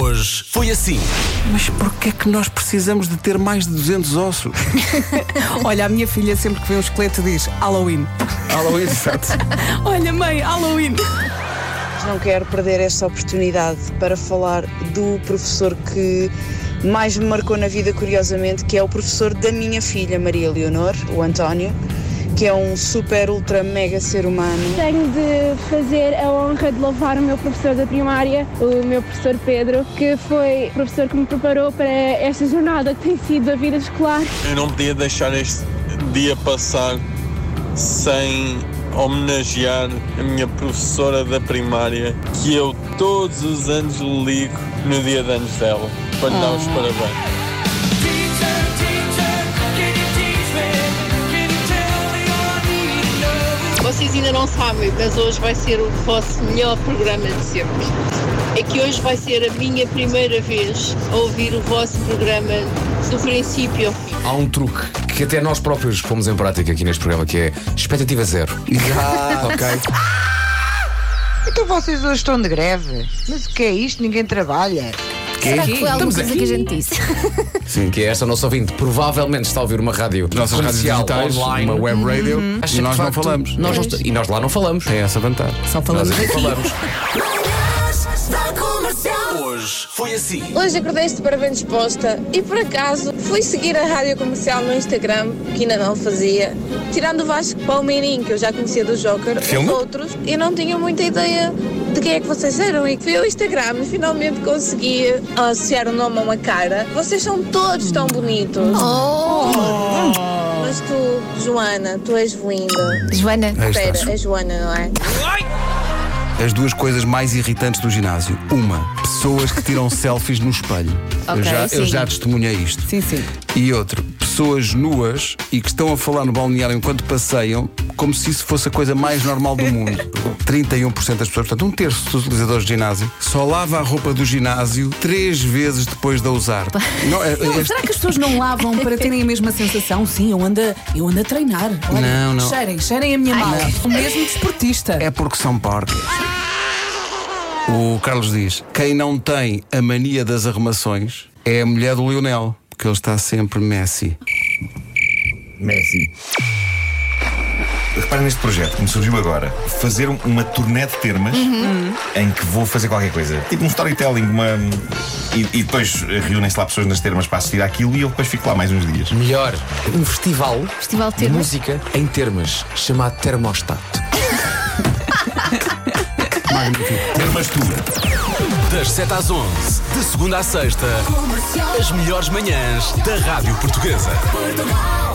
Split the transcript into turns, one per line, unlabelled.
Hoje foi assim.
Mas porquê é que nós precisamos de ter mais de 200 ossos?
Olha, a minha filha sempre que vê um esqueleto diz Halloween.
Halloween, exato.
Olha, mãe, Halloween.
Não quero perder esta oportunidade para falar do professor que mais me marcou na vida, curiosamente, que é o professor da minha filha, Maria Leonor, o António, que é um super, ultra, mega ser humano.
Tenho de fazer a honra de louvar o meu professor da primária, o meu professor Pedro, que foi o professor que me preparou para esta jornada que tem sido a vida escolar.
Eu não podia deixar este dia passar sem homenagear a minha professora da primária, que eu todos os anos ligo no dia de anos dela, para lhe dar os
Ah.
parabéns.
Vocês ainda não sabem, mas hoje vai ser o vosso melhor programa de sempre. É que hoje vai ser a minha primeira vez a ouvir o vosso programa do princípio ao fim.
Há um truque que até nós próprios pomos em prática aqui neste programa que é expectativa zero. ok.
Então vocês hoje estão de greve. Mas o que é isto? Ninguém trabalha.
Será que foi alguma
é Estamos
coisa
aqui.
que a gente disse?
Sim, que é esta nossa ouvinte. Provavelmente está a ouvir uma rádio.
Nossas rádios
comercial,
digitais,
online. Uhum.
uma web radio,
Acha
e
que,
nós
de
não
facto,
falamos.
nós não- e nós lá não falamos.
É essa a vantagem.
Só falamos
Nós aqui
aqui.
falamos.
Manhãs da comercial.
Hoje foi assim.
Hoje acordei-se para bem disposta e por acaso fui seguir a rádio comercial no Instagram, que ainda não fazia, tirando o Vasco Palmeirinho, que eu já conhecia do Joker,
Filme?
os outros, e não tinha muita ideia de quem é que vocês eram. E fui ao Instagram e finalmente consegui ah, associar o nome a uma cara. Vocês são todos tão bonitos.
Oh,
Mas tu, Joana, tu és linda.
Joana.
Aí
Espera,
estás.
é Joana, não é?
As duas coisas mais irritantes do ginásio. Uma, pessoas que tiram selfies no espelho. eu,
Ok,
já, eu
sim.
já testemunhei isto.
Sim, sim.
E outro, pessoas nuas e que estão a falar no balneário enquanto passeiam, como se isso fosse a coisa mais normal do mundo. 31% das pessoas, portanto, um terço dos utilizadores de ginásio, só lava a roupa do ginásio três vezes depois de a usar. Não, é- é-
Será que as pessoas não lavam para terem a mesma sensação? Sim, eu ando, a- eu ando a treinar. Olha,
Não, não.
Cheirem, cheirem a minha mala. O mesmo desportista.
É porque são porcas. O Carlos diz: quem não tem a mania das arrumações é a mulher do Lionel, porque ele está sempre Messi.
Messi. Reparem neste projeto que me surgiu agora. Fazer um- uma turnê de termas em que vou fazer qualquer coisa. Tipo um storytelling, uma. E, e depois reúnem-se lá pessoas nas termas para assistir àquilo e eu depois fico lá mais uns dias.
Melhor, um festival
Festival de
de
termos.
música em termas chamado Termostato.
Termas tour.
Das 7 às 11, de segunda à sexta, as melhores manhãs da Rádio Portuguesa.
Portugal.